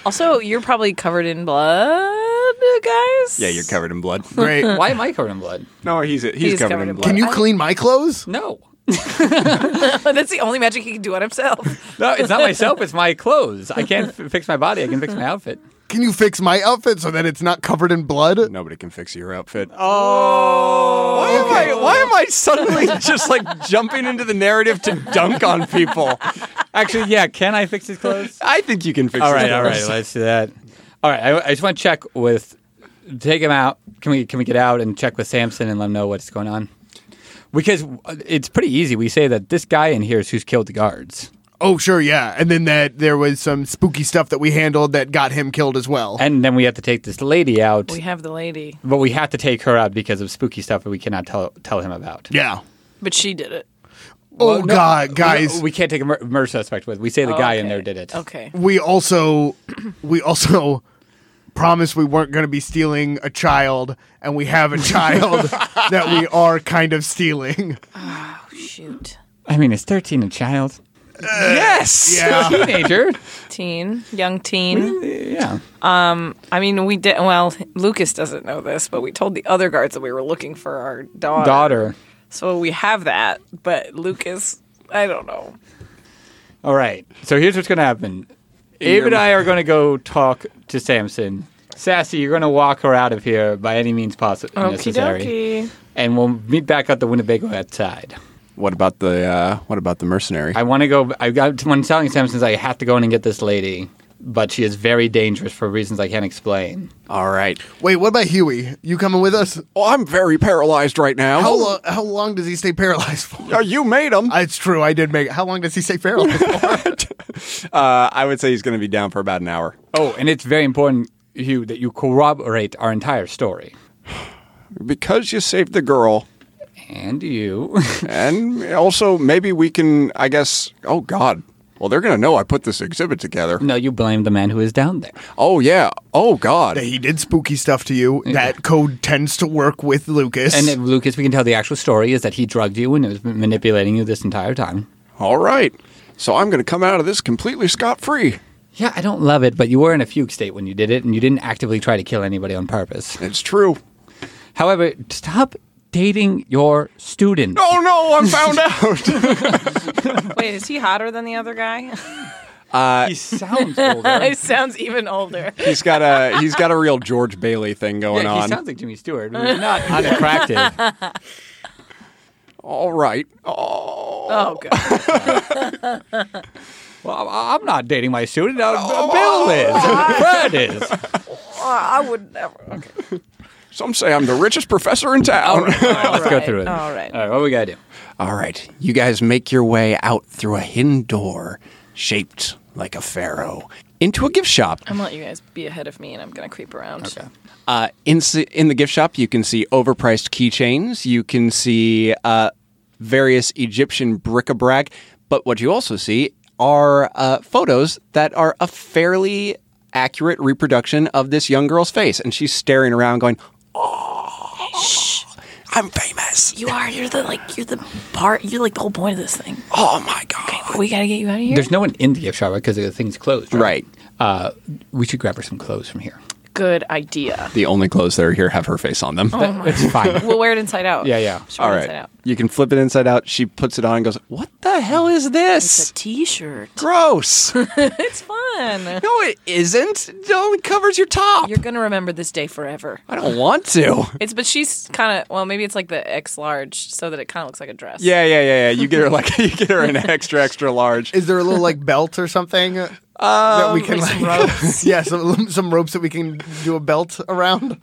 [SPEAKER 6] Also, you're probably covered in blood, guys.
[SPEAKER 3] yeah, you're covered in blood.
[SPEAKER 5] Great.
[SPEAKER 4] Why am I covered in blood?
[SPEAKER 3] No, he's he's,
[SPEAKER 6] He's
[SPEAKER 3] covered,
[SPEAKER 6] covered
[SPEAKER 3] in
[SPEAKER 6] in
[SPEAKER 3] blood.
[SPEAKER 5] Can you clean my clothes?
[SPEAKER 4] No,
[SPEAKER 6] That's the only magic he can do on himself.
[SPEAKER 4] no, it's not myself. It's my clothes. I can't f- fix my body. I can fix my outfit.
[SPEAKER 5] Can you fix my outfit so that it's not covered in blood?
[SPEAKER 3] Nobody can fix your outfit. Oh, why, am I, why am I suddenly just like jumping into the narrative to dunk on people?
[SPEAKER 4] Actually, yeah. Can I fix his clothes?
[SPEAKER 3] I think you can fix.
[SPEAKER 4] all
[SPEAKER 3] his
[SPEAKER 4] right, all right.
[SPEAKER 3] clothes.
[SPEAKER 4] Let's do that. All right. I, I just want to check with. Take him out. Can we can we get out and check with Samson and let him know what's going on? Because uh, it's pretty easy. We say that this guy in here is who's killed the guards.
[SPEAKER 5] Oh, sure, yeah. And then that there was some spooky stuff that we handled that got him killed as well.
[SPEAKER 4] And then we have to take this lady out,
[SPEAKER 6] We have the lady,
[SPEAKER 4] but we have to take her out because of spooky stuff that we cannot tell tell him about.
[SPEAKER 5] yeah.
[SPEAKER 6] but she did it.
[SPEAKER 5] Oh
[SPEAKER 4] Well, no,
[SPEAKER 5] God,
[SPEAKER 4] we-
[SPEAKER 5] guys,
[SPEAKER 4] we, can't take a mur- murder suspect with. We say the guy in
[SPEAKER 6] Okay.
[SPEAKER 4] there did it.
[SPEAKER 6] Okay.
[SPEAKER 5] we also we also promised we weren't going to be stealing a child, and we have a child that we are kind of stealing.
[SPEAKER 6] Shoot.
[SPEAKER 4] I mean, is thirteen a child?
[SPEAKER 3] Yes.
[SPEAKER 5] Yeah,
[SPEAKER 4] Teenager?
[SPEAKER 6] Teen, young teen.
[SPEAKER 4] yeah.
[SPEAKER 6] I mean, we did. Well, Lucas doesn't know this, but we told the other guards that we were looking for our daughter.
[SPEAKER 4] Daughter.
[SPEAKER 6] So we have that, but Lucas, I don't know.
[SPEAKER 4] All right. So here's what's going to happen. Abe and I are going to go talk to Samson. Sassy, you're going to walk her out of here by any means possible necessary,
[SPEAKER 6] Okie dokie.
[SPEAKER 4] and we'll meet back at the Winnebago outside.
[SPEAKER 3] What about the uh, what about the mercenary?
[SPEAKER 4] I want to go. I got when telling Samson's I have to go in and get this lady, but she is very dangerous for reasons I can't explain.
[SPEAKER 3] All right.
[SPEAKER 5] Wait, what about Huey? You coming with us?
[SPEAKER 1] Oh, I'm very paralyzed right now.
[SPEAKER 5] How lo- how long does he stay paralyzed for?
[SPEAKER 1] Uh, you made him.
[SPEAKER 5] It's true. I did make. How long does he stay paralyzed? for?
[SPEAKER 3] Uh, I would say he's going to be down for about an hour.
[SPEAKER 4] Oh, and it's very important, Hugh, that you corroborate our entire story.
[SPEAKER 1] because you saved the girl.
[SPEAKER 4] And you,
[SPEAKER 1] And also, maybe we can, I guess, oh God. Well, they're going to know I put this exhibit together.
[SPEAKER 4] no, you blame the man who is down there.
[SPEAKER 1] Oh, yeah. Oh, God.
[SPEAKER 5] he did spooky stuff to you. That code tends to work with Lucas.
[SPEAKER 4] And then, Lucas, we can tell the actual story is that he drugged you and was manipulating you this entire time.
[SPEAKER 1] All right. So I'm going to come out of this completely scot free.
[SPEAKER 4] Yeah, I don't love it, but you were in a fugue state when you did it, and you didn't actively try to kill anybody on purpose.
[SPEAKER 1] It's true.
[SPEAKER 4] However, stop dating your student.
[SPEAKER 1] Oh, no, I'm found out.
[SPEAKER 6] Wait, is he hotter than the other guy?
[SPEAKER 4] He sounds older.
[SPEAKER 6] he sounds even older.
[SPEAKER 3] He's got a he's got a real George Bailey thing going
[SPEAKER 4] Yeah, he
[SPEAKER 3] on.
[SPEAKER 4] sounds like Jimmy Stewart. but He's not unattractive.
[SPEAKER 1] All right.
[SPEAKER 3] Uh,
[SPEAKER 6] Oh god.
[SPEAKER 4] well, I- I'm not dating my student. Uh,
[SPEAKER 6] Oh,
[SPEAKER 4] Bill is. Fred is.
[SPEAKER 6] I would never. Okay.
[SPEAKER 1] Some say I'm the richest professor in
[SPEAKER 3] Oh,
[SPEAKER 1] town.
[SPEAKER 4] Let's go through it. Uh,
[SPEAKER 6] All right.
[SPEAKER 4] All right. What we gotta do?
[SPEAKER 3] All right, you guys make your way out through a hidden door shaped like a pharaoh into a gift shop.
[SPEAKER 6] I'm gonna let you guys be ahead of me, and I'm gonna creep around. Okay.
[SPEAKER 3] Uh, in in the gift shop, you can see overpriced keychains. You can see uh, various Egyptian bric-a-brac, but what you also see are uh, photos that are a fairly accurate reproduction of this young girl's face, and she's staring around, going, "Oh, I'm famous!
[SPEAKER 6] You are. You're the like. You're the part. You're like the whole point of this thing.
[SPEAKER 3] Oh my god!"
[SPEAKER 6] we gotta get you out of here.
[SPEAKER 4] There's no one in the gift shop because the thing's closed.
[SPEAKER 1] Right.
[SPEAKER 4] Uh, we should grab her some clothes from here.
[SPEAKER 6] Good idea.
[SPEAKER 1] The only clothes that are here have her face on them.
[SPEAKER 6] Oh
[SPEAKER 4] It's fine.
[SPEAKER 6] We'll wear it inside out.
[SPEAKER 4] Yeah, yeah.
[SPEAKER 6] Just
[SPEAKER 1] All
[SPEAKER 6] wear it
[SPEAKER 1] right.
[SPEAKER 6] Inside out.
[SPEAKER 1] You can flip it inside out. She puts it on and goes, What the hell is
[SPEAKER 6] It's
[SPEAKER 1] this?
[SPEAKER 6] a T-shirt.
[SPEAKER 1] Gross. no,
[SPEAKER 6] It's fun.
[SPEAKER 1] it isn't. It only covers your top.
[SPEAKER 6] You're gonna remember this day forever.
[SPEAKER 1] I don't want to.
[SPEAKER 6] It's but she's kind of well, maybe it's like the X large, so that it kind of looks like a dress.
[SPEAKER 1] Yeah, yeah, yeah, yeah. You get her like you get her an extra, extra large.
[SPEAKER 5] Is there a little like belt or something uh, that we can
[SPEAKER 6] like some ropes.
[SPEAKER 5] yeah, some some ropes that we can do a belt around.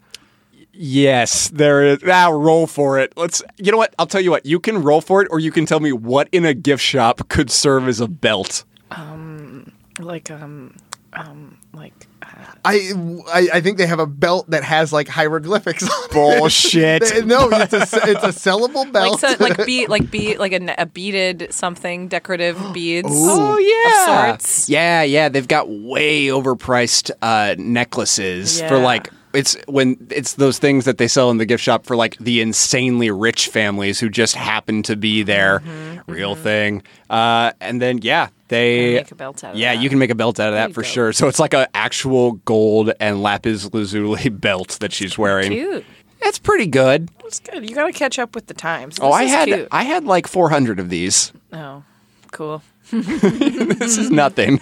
[SPEAKER 1] Yes, there is. Now roll for it. Let's. You know what? I'll tell you what. You can roll for it, or you can tell me what in a gift shop could serve as a belt.
[SPEAKER 6] like um, um, like uh,
[SPEAKER 5] I, I I think they have a belt that has like hieroglyphics. on it.
[SPEAKER 1] Bullshit.
[SPEAKER 5] They- no, it's a it's a sellable
[SPEAKER 6] like
[SPEAKER 5] belt.
[SPEAKER 6] so, like be like be like a, a beaded something decorative beads.
[SPEAKER 1] Oh yeah,
[SPEAKER 6] of sorts.
[SPEAKER 1] yeah, yeah. They've got way overpriced uh, necklaces for
[SPEAKER 6] Yeah.
[SPEAKER 1] like it's when it's those things that they sell in the gift shop for like the insanely rich families who just happen to be there,
[SPEAKER 6] Mm-hmm,
[SPEAKER 1] real thing. Uh, and then yeah, they
[SPEAKER 6] Make a belt out of
[SPEAKER 1] yeah,
[SPEAKER 6] that.
[SPEAKER 1] you can make a belt out of that
[SPEAKER 6] you
[SPEAKER 1] for
[SPEAKER 6] go.
[SPEAKER 1] sure. So it's like an actual gold and lapis lazuli belt that she's wearing.
[SPEAKER 6] Cute.
[SPEAKER 1] That's pretty good.
[SPEAKER 6] That's good. You gotta catch up with the times.
[SPEAKER 1] oh,
[SPEAKER 6] This
[SPEAKER 1] I
[SPEAKER 6] is
[SPEAKER 1] had
[SPEAKER 6] cute.
[SPEAKER 1] I had like 400 of these.
[SPEAKER 6] oh, cool.
[SPEAKER 1] This is nothing.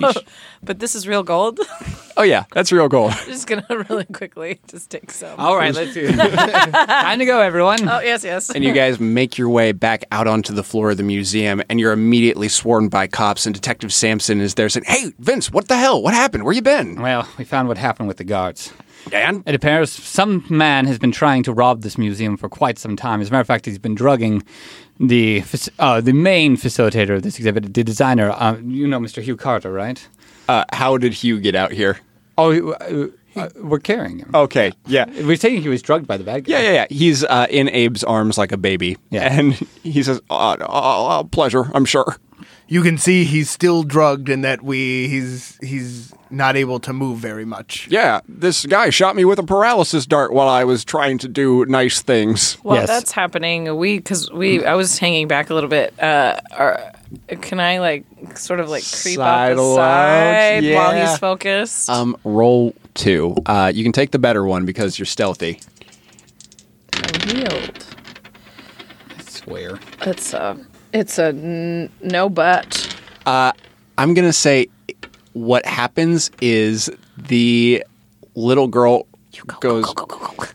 [SPEAKER 6] But this is real gold.
[SPEAKER 1] oh yeah, that's real gold.
[SPEAKER 6] just gonna really quickly just take some.
[SPEAKER 4] All right, let's do it. Time to go, everyone.
[SPEAKER 6] Oh yes, yes.
[SPEAKER 1] and you guys make your way back out onto the floor of the museum, and you're immediately swarmed by cops. And Detective Sampson is there saying, "Hey, Vince, what the hell? What happened? Where you been,
[SPEAKER 4] Well, we found what happened with the guards.
[SPEAKER 1] Dan?"
[SPEAKER 4] It appears some man has been trying to rob this museum for quite some time. As a matter of fact, he's been drugging the fac- uh, the main facilitator of this exhibit, the designer. Uh, you know, Mr. Hugh Carter, right?
[SPEAKER 1] Uh, how did Hugh get out here?
[SPEAKER 4] Oh, uh, uh, we're carrying him.
[SPEAKER 1] Okay, yeah.
[SPEAKER 4] We're saying he was drugged by the bad guy.
[SPEAKER 1] Yeah, yeah, yeah. He's uh, in Abe's arms like a baby,
[SPEAKER 4] Yeah.
[SPEAKER 1] and he says, uh, uh, uh, "Pleasure, I'm sure."
[SPEAKER 5] you can see he's still drugged and that we he's he's not able to move very much.
[SPEAKER 7] Yeah, this guy shot me with a paralysis dart while I was trying to do nice things.
[SPEAKER 6] While
[SPEAKER 4] Yes.
[SPEAKER 6] that's happening, we because
[SPEAKER 1] Mm.
[SPEAKER 6] we I was hanging back a little bit. Uh, are, can I like sort of like creep
[SPEAKER 1] Side
[SPEAKER 6] up the
[SPEAKER 1] lounge,
[SPEAKER 6] side while
[SPEAKER 1] yeah.
[SPEAKER 6] he's focused?
[SPEAKER 1] Um, roll two. Uh, you can take the better one because you're stealthy.
[SPEAKER 6] Yield.
[SPEAKER 4] I swear.
[SPEAKER 6] It's a uh, it's a n- no but.
[SPEAKER 1] I'm gonna say what happens is the little girl goes.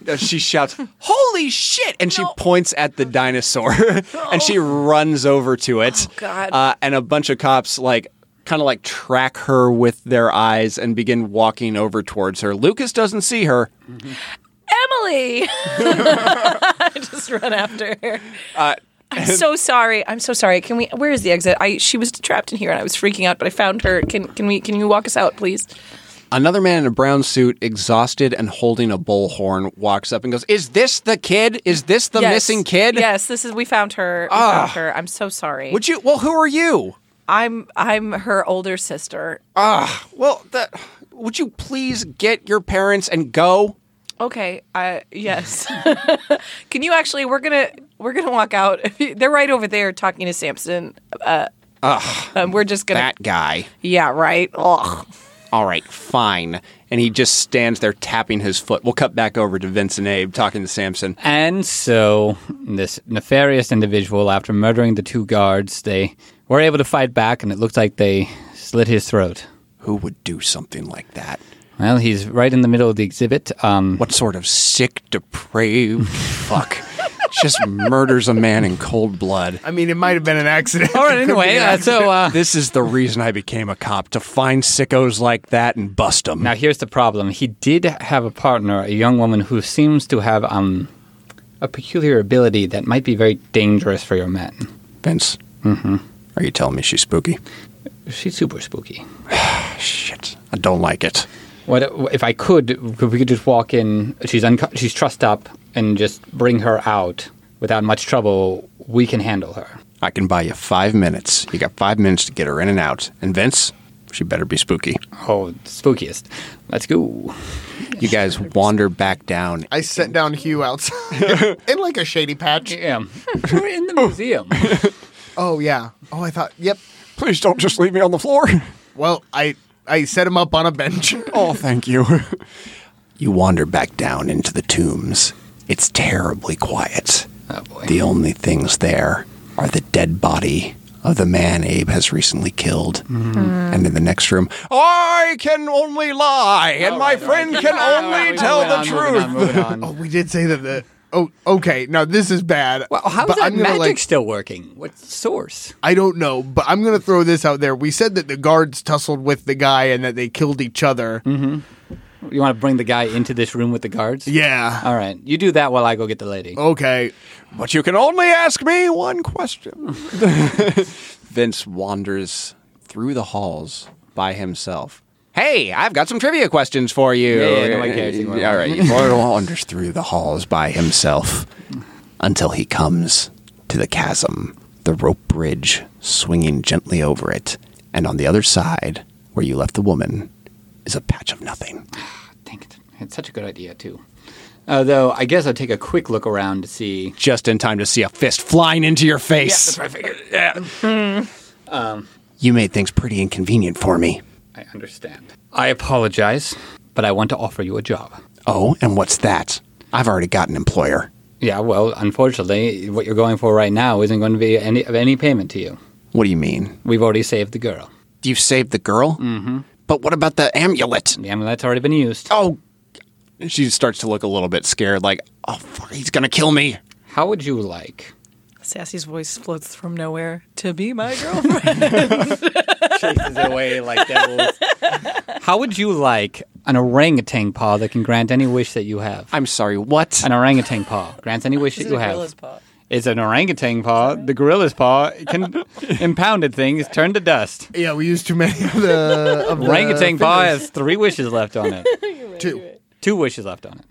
[SPEAKER 1] Uh, She shouts, "Holy shit!" And she points at the dinosaur, and she runs over to it.
[SPEAKER 6] Oh, God.
[SPEAKER 1] Uh, and a bunch of cops like kind of like track her with their eyes and begin walking over towards her. Lucas doesn't see her.
[SPEAKER 6] Emily, I just run after her. I'm so sorry. I'm so sorry. Can we? Where is the exit? I she was trapped in here and I was freaking out, but I found her. Can can we? Can you walk us out, please?
[SPEAKER 1] Another man in a brown suit, exhausted and holding a bullhorn, walks up and goes, "Is this the kid? Is this the
[SPEAKER 6] Yes.
[SPEAKER 1] missing kid? Ah.
[SPEAKER 6] Yes, this is. We found her. We found her. I'm so sorry.
[SPEAKER 1] Would you? Well, who are you?"
[SPEAKER 6] I'm I'm her older sister.
[SPEAKER 1] Ah. Well, that, would you please get your parents and go?
[SPEAKER 6] Okay. I yes. Can you actually? We're gonna we're gonna walk out. They're right over there talking to Samson. Uh, um, we're just gonna.
[SPEAKER 1] That guy.
[SPEAKER 6] yeah. Right. Ugh.
[SPEAKER 1] All right, fine. And he just stands there tapping his foot. We'll cut back over to Vince and Abe talking to Samson.
[SPEAKER 4] And so, this nefarious individual, after murdering the two guards, they were able to fight back, and it looked like they slit his throat.
[SPEAKER 1] Who would do something like that?
[SPEAKER 4] Well, he's right in the middle of the exhibit. Um,
[SPEAKER 1] What sort of sick, depraved fuck just murders a man in cold blood?
[SPEAKER 5] I mean, it might have been an accident.
[SPEAKER 4] all right, anyway, uh, so uh,
[SPEAKER 1] This is the reason I became a cop to find sickos like that and bust them.
[SPEAKER 4] now here's the problem. He did have a partner, a young woman who seems to have um, a peculiar ability that might be very dangerous for your men.
[SPEAKER 1] Vince, are you telling me she's spooky?
[SPEAKER 4] She's super spooky.
[SPEAKER 1] Shit, I don't like it.
[SPEAKER 4] What if I could? If we could just walk in, she's unco- she's trussed up, and just bring her out without much trouble. We can handle her.
[SPEAKER 1] I can buy you five minutes. You got five minutes to get her in and out. And Vince, she better be spooky.
[SPEAKER 4] Oh, spookiest! Let's go.
[SPEAKER 1] You guys wander back down.
[SPEAKER 5] I set down Hugh outside in like a shady patch.
[SPEAKER 4] Yeah, we're in the museum.
[SPEAKER 5] Oh yeah. Oh, I thought. Yep.
[SPEAKER 1] Please don't just leave me on the floor.
[SPEAKER 5] Well, I I set him up on a bench.
[SPEAKER 1] Oh, thank you.
[SPEAKER 3] You wander back down into the tombs. It's terribly quiet. The only things there are the dead body of the man Abe has recently killed.
[SPEAKER 1] Mm-hmm.
[SPEAKER 3] And in the next room,
[SPEAKER 1] I can only lie, and my friend can only tell the truth.
[SPEAKER 5] Oh, we did say that the. Oh, okay. Now this is bad.
[SPEAKER 4] Well, how is
[SPEAKER 5] but
[SPEAKER 4] that
[SPEAKER 5] I'm gonna,
[SPEAKER 4] magic
[SPEAKER 5] like,
[SPEAKER 4] still working? What source?
[SPEAKER 5] I don't know, but I'm gonna throw this out there. We said that the guards tussled with the guy and that they killed each other.
[SPEAKER 4] You want to bring the guy into this room with the guards?
[SPEAKER 5] Yeah. Oh.
[SPEAKER 4] All right. You do that while I go get the lady.
[SPEAKER 5] Okay.
[SPEAKER 1] But you can only ask me one question.
[SPEAKER 3] Vince wanders through the halls by himself. Hey, I've got some trivia questions for you.
[SPEAKER 4] Yeah, yeah, nobody cares anymore.
[SPEAKER 3] All right, he wanders through the halls by himself until he comes to the chasm, the rope bridge swinging gently over it. And on the other side, where you left the woman, is a patch of nothing.
[SPEAKER 4] Dang it. It's such a good idea, too. Uh, though, I guess I'll take a quick look around to see.
[SPEAKER 3] Just in time to see a fist flying into your face.
[SPEAKER 4] I figured.
[SPEAKER 3] Um, You made things pretty inconvenient for me.
[SPEAKER 4] I understand. I apologize, but I want to offer you a job.
[SPEAKER 3] Oh, and what's that? I've already got an employer.
[SPEAKER 4] Yeah, well, unfortunately, what you're going for right now isn't going to be any of any payment to you.
[SPEAKER 3] What do you mean?
[SPEAKER 4] We've already saved the girl.
[SPEAKER 3] You saved the girl? Mm-hmm. But what about the amulet?
[SPEAKER 4] The amulet's already been used.
[SPEAKER 3] Oh, she starts to look a little bit scared, like, oh, fuck, he's gonna kill me.
[SPEAKER 4] How would you like?
[SPEAKER 6] Sassy's voice floats from nowhere to be my girlfriend.
[SPEAKER 4] How would you like an orangutan paw that can grant any wish that you have?
[SPEAKER 3] I'm sorry, what?
[SPEAKER 4] An orangutan paw grants any wish that you have. It's an orangutan paw. The gorilla's paw can impounded things turn to dust.
[SPEAKER 5] Yeah, we used too many of the of the
[SPEAKER 4] Orangutan paw has three wishes left on it.
[SPEAKER 5] two.
[SPEAKER 4] Two wishes left on it.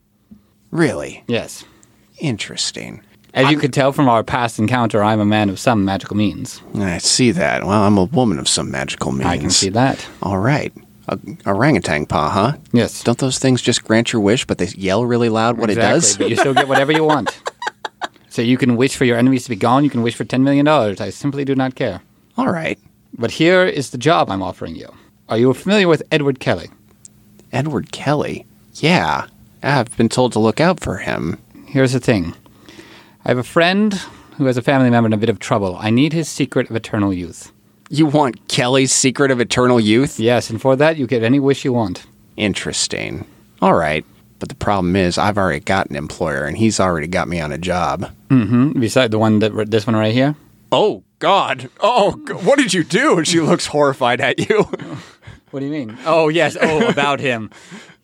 [SPEAKER 3] Really?
[SPEAKER 4] Yes.
[SPEAKER 3] Interesting.
[SPEAKER 4] As you could tell from our past encounter, I'm a man of some magical means.
[SPEAKER 3] I see that. Well, I'm a woman of some magical means.
[SPEAKER 4] I can see that.
[SPEAKER 3] All right. A, orangutan paw, huh?
[SPEAKER 4] Yes.
[SPEAKER 3] Don't those things just grant your wish, but they yell really loud what
[SPEAKER 4] Exactly,
[SPEAKER 3] it does?
[SPEAKER 4] But you still get whatever you want. so you can wish for your enemies to be gone. You can wish for $10 million. I simply do not care.
[SPEAKER 3] All right.
[SPEAKER 4] But here is the job I'm offering you. Are you familiar with Edward Kelly?
[SPEAKER 3] Edward Kelly. Yeah. I've been told to look out for him.
[SPEAKER 4] Here's the thing I have a friend who has a family member in a bit of trouble. I need his secret of eternal youth.
[SPEAKER 3] You want Kelly's secret of eternal youth?
[SPEAKER 4] Yes, and for that, you get any wish you want.
[SPEAKER 3] Interesting. All right. But the problem is, I've already got an employer and he's already got me on a job.
[SPEAKER 4] Hmm? Beside the one that this one right here.
[SPEAKER 1] Oh God! Oh, g- what did you do? And she looks horrified at you.
[SPEAKER 4] What do you mean? Oh, yes. Oh, about him.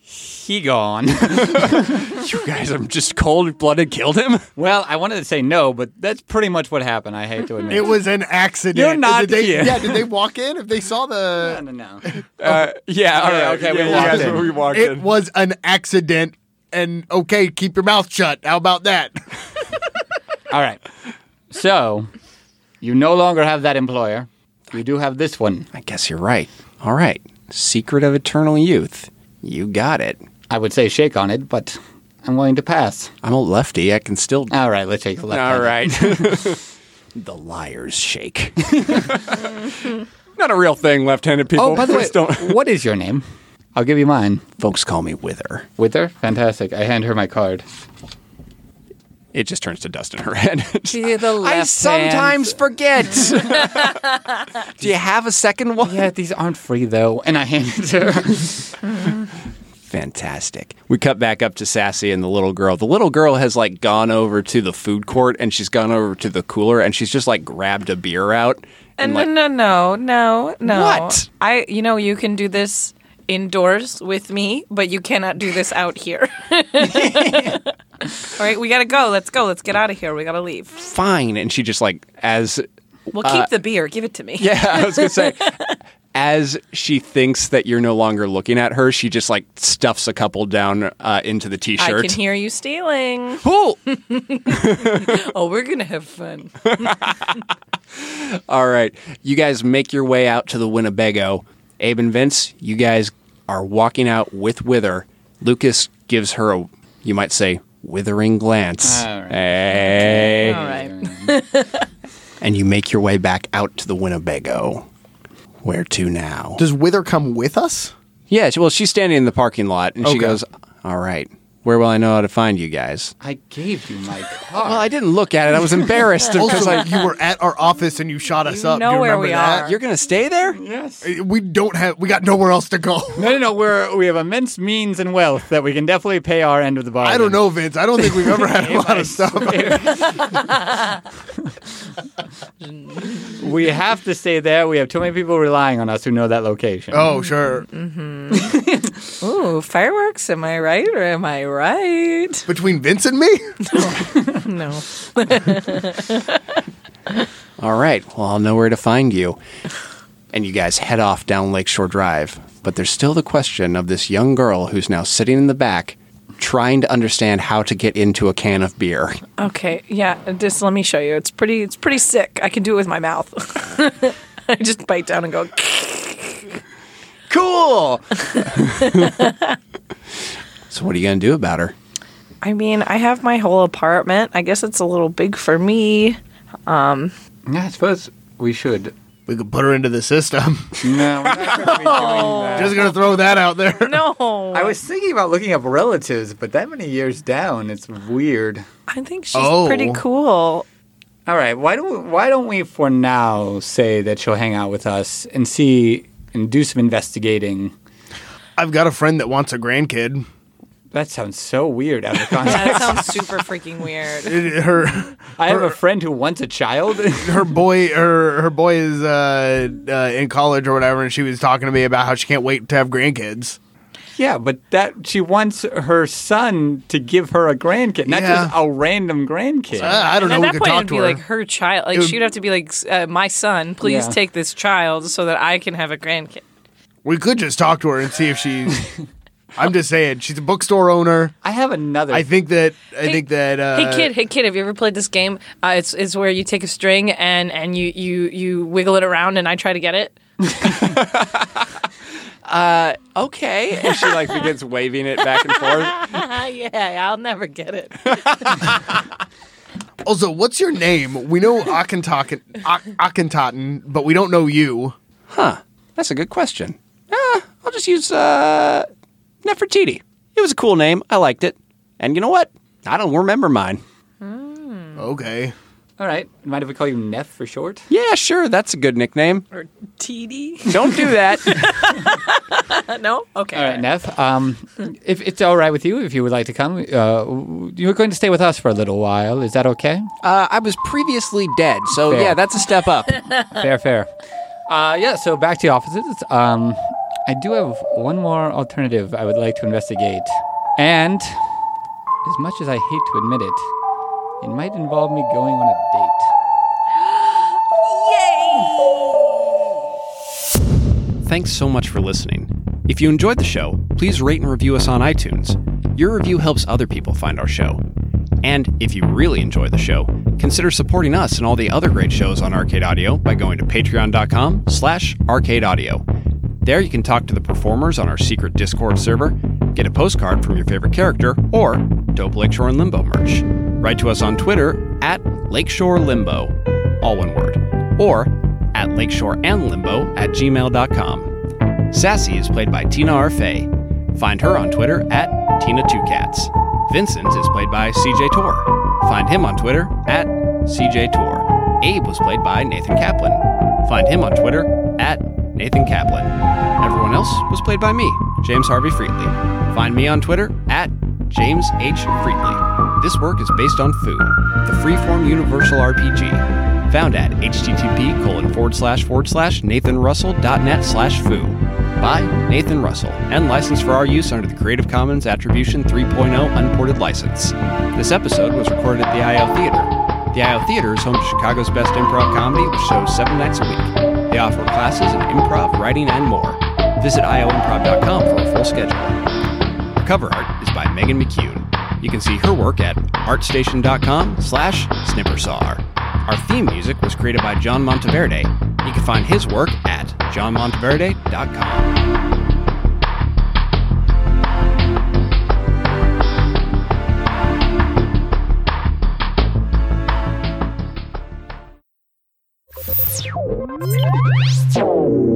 [SPEAKER 4] He gone.
[SPEAKER 3] You guys have just cold blooded killed him?
[SPEAKER 4] well, I wanted to say no, but that's pretty much what happened. I hate to admit
[SPEAKER 5] It was an accident.
[SPEAKER 4] You're not
[SPEAKER 5] did they,
[SPEAKER 4] here.
[SPEAKER 5] Yeah, did they walk in? If they saw
[SPEAKER 4] I
[SPEAKER 5] the,
[SPEAKER 4] don't know.
[SPEAKER 1] yeah. All
[SPEAKER 4] Uh, Yeah,
[SPEAKER 1] right.
[SPEAKER 4] okay, we
[SPEAKER 1] Oh. Yeah, you
[SPEAKER 4] walked
[SPEAKER 1] guys-
[SPEAKER 4] in.
[SPEAKER 1] we walked
[SPEAKER 5] it
[SPEAKER 1] in.
[SPEAKER 5] was an accident. And okay, keep your mouth shut. How about that?
[SPEAKER 4] All right. So, you no longer have that employer. You do have this one.
[SPEAKER 3] I guess you're right. All right. Secret of eternal youth. You got it.
[SPEAKER 4] I would say shake on it, but I'm willing to pass.
[SPEAKER 3] I'm a lefty. I can still.
[SPEAKER 4] All right, let's shake the left.
[SPEAKER 3] All
[SPEAKER 4] hand.
[SPEAKER 3] right. the liars shake.
[SPEAKER 1] Not a real thing, left-handed people.
[SPEAKER 4] Oh, by the way,
[SPEAKER 1] Please don't.
[SPEAKER 4] what is your name? I'll give you mine.
[SPEAKER 3] Folks call me Wither.
[SPEAKER 4] Wither? Fantastic. I hand her my card.
[SPEAKER 1] It just turns to dust in her head.
[SPEAKER 3] I sometimes forget. Do you have a second one?
[SPEAKER 4] Yeah, these aren't free though, and I hand it to her.
[SPEAKER 3] Fantastic. We cut back up to Sassy and the little girl. The little girl has like gone over to the food court and she's gone over to the cooler and she's just like grabbed a beer out.
[SPEAKER 6] And no, no, no, no, no.
[SPEAKER 3] What?
[SPEAKER 6] I, you know, you can do this indoors with me, but you cannot do this out here. All right, we gotta go. Let's go. Let's get out of here. We gotta leave.
[SPEAKER 3] Fine. And she just like as
[SPEAKER 6] Well, keep the beer. Give it to me.
[SPEAKER 3] Uh, yeah, I was gonna say as she thinks that you're no longer looking at her, she just like stuffs a couple down uh, into the
[SPEAKER 6] I
[SPEAKER 3] t-shirt.
[SPEAKER 6] can hear you stealing.
[SPEAKER 3] Cool.
[SPEAKER 6] Oh, we're gonna have fun.
[SPEAKER 3] All right. You guys make your way out to the Winnebago. Abe and Vince, you guys are walking out with Wither. Lucas gives her a, you might say, withering glance.
[SPEAKER 4] All right.
[SPEAKER 3] Hey.
[SPEAKER 6] All right.
[SPEAKER 1] Eh, and you make your way back out to the Winnebago. Where to now?
[SPEAKER 5] Does Wither come with us?
[SPEAKER 1] Yeah, she- well, she's standing in the parking lot, and she
[SPEAKER 5] Okay.
[SPEAKER 1] goes, "All right, where will I know how to find you guys?"
[SPEAKER 4] I gave you my car.
[SPEAKER 1] Well, I didn't look at it. I was embarrassed because
[SPEAKER 5] Also,
[SPEAKER 1] I.
[SPEAKER 5] Oh, you were at our office and you shot us up. Do
[SPEAKER 6] know
[SPEAKER 5] you
[SPEAKER 6] where
[SPEAKER 5] remember
[SPEAKER 6] we
[SPEAKER 5] that?
[SPEAKER 6] are.
[SPEAKER 1] You're gonna stay there?
[SPEAKER 4] yes.
[SPEAKER 5] We don't have. We got nowhere else to go.
[SPEAKER 4] No, no, no. We're, we have immense means and wealth that we can definitely pay our end of the bargain.
[SPEAKER 5] I don't know, Vince. I don't think we've ever had a lot of stuff.
[SPEAKER 4] We have to stay there. We have too many people relying on us who know that location.
[SPEAKER 5] Oh, sure.
[SPEAKER 6] Ooh, fireworks. Am I right or am I right?
[SPEAKER 5] Between Vince and me?
[SPEAKER 6] No.
[SPEAKER 1] All right. Well, I'll know where to find you. And you guys head off down Lakeshore Drive. But there's still the question of this young girl who's now sitting in the back trying to understand how to get into a can of beer.
[SPEAKER 6] Okay, yeah. Just let me show you. It's pretty. It's pretty sick. I can do it with my mouth. I just bite down and go.
[SPEAKER 1] Cool. so what are you going to do about her?
[SPEAKER 6] I mean, I have my whole apartment. I guess it's a little big for me.
[SPEAKER 4] Yeah, I suppose we should.
[SPEAKER 5] We could put her into the system.
[SPEAKER 4] No, we're not gonna be doing that.
[SPEAKER 5] Just gonna throw that out there.
[SPEAKER 6] No,
[SPEAKER 4] I was thinking about looking up relatives, but that many years down, it's weird.
[SPEAKER 6] I think she's
[SPEAKER 5] Oh.
[SPEAKER 6] pretty cool.
[SPEAKER 4] All right, why don't we, why don't we for now say that she'll hang out with us and see and do some investigating?
[SPEAKER 5] I've got a friend that wants a grandkid.
[SPEAKER 4] That sounds so weird out of context.
[SPEAKER 6] That sounds super freaking weird.
[SPEAKER 5] It- Her,
[SPEAKER 4] I have a friend who wants a child.
[SPEAKER 5] her boy, her her boy is uh, uh, in college or whatever, and she was talking to me about how she can't wait to have grandkids.
[SPEAKER 4] yeah, but that she wants her son to give her a grandkid, not
[SPEAKER 5] Yeah.
[SPEAKER 4] just a random grandkid.
[SPEAKER 5] Uh, I don't
[SPEAKER 6] At
[SPEAKER 5] know. We
[SPEAKER 6] that
[SPEAKER 5] could
[SPEAKER 6] point,
[SPEAKER 5] talk
[SPEAKER 6] it'd
[SPEAKER 5] to
[SPEAKER 6] be
[SPEAKER 5] her.
[SPEAKER 6] like her child. Like
[SPEAKER 5] would-
[SPEAKER 6] she'd have to be like, s- uh, "My son, please
[SPEAKER 4] Yeah.
[SPEAKER 6] take this child so that I can have a grandkid."
[SPEAKER 5] we could just talk to her and see if she's. I'm just saying, she's a bookstore owner.
[SPEAKER 4] I have another.
[SPEAKER 5] I think that I think that uh,
[SPEAKER 6] hey kid, hey kid, have you ever played this game? Uh, it's it's where you take a string and and you you you wiggle it around and I try to get it.
[SPEAKER 1] Okay. And she like begins waving it back and forth.
[SPEAKER 6] Uh, yeah, I'll never get it.
[SPEAKER 5] Also, what's your name? We know Akintotten, Akintotten, but we don't know you.
[SPEAKER 1] That's a good question. Uh, I'll just use uh, Nefertiti. It was a cool name. I liked it. And you know what? I don't remember mine.
[SPEAKER 5] Okay.
[SPEAKER 4] All right, mind if we call you Neff for short?
[SPEAKER 1] Yeah, sure. That's a good nickname.
[SPEAKER 6] Or TD?
[SPEAKER 1] Don't do that.
[SPEAKER 6] no? Okay.
[SPEAKER 4] All right, Neff. Um, if it's all right with you, if you would like to come, uh, you're going to stay with us for a little while. Is that okay?
[SPEAKER 1] uh, I was previously dead, so
[SPEAKER 4] Fair.
[SPEAKER 1] yeah, that's a step up.
[SPEAKER 4] fair, fair. Uh, yeah. So back to the offices. Um, I do have one more alternative I would like to investigate, and as much as I hate to admit it, it might involve me going on a date.
[SPEAKER 3] Thanks so much for listening. If you enjoyed the show, please rate and review us on iTunes. Your review helps other people find our show. And if you really enjoy the show, consider supporting us and all the other great shows on Arcade Audio by going to patreon.com slash arcadeaudio. There you can talk to the performers on our secret Discord server, get a postcard from your favorite character, or dope Lakeshore and Limbo merch. Write to us on Twitter at Lakeshore Limbo, all one word, or at lakeshoreandlimbo at gmail.com. Sassy is played by Tina Arfay. Find her on Twitter at Tina2Cats. Vincent is played by CJ Tor. Find him on Twitter at CJ Tor. Abe was played by Nathan Kaplan. Find him on Twitter at Nathan Kaplan. Everyone else was played by me, James Harvey Freetley. Find me on Twitter at James H. Freetley. This work is based on Foo, the freeform universal RPG, found at http colon forward slash forward slash nathanrussell.net slash foo by Nathan Russell and licensed for our use under the Creative Commons Attribution 3.0 Unported License. This episode was recorded at the IL Theater. The IL Theater is home to Chicago's best improv comedy, which shows seven nights a week. They offer classes in improv, writing, and more. Visit ioimprov.com for a full schedule. Our cover art is by Megan McCune. You can see her work at artstation.com slash snippersaw. Our theme music was created by John Monteverde. You can find his work at johnmonteverde.com.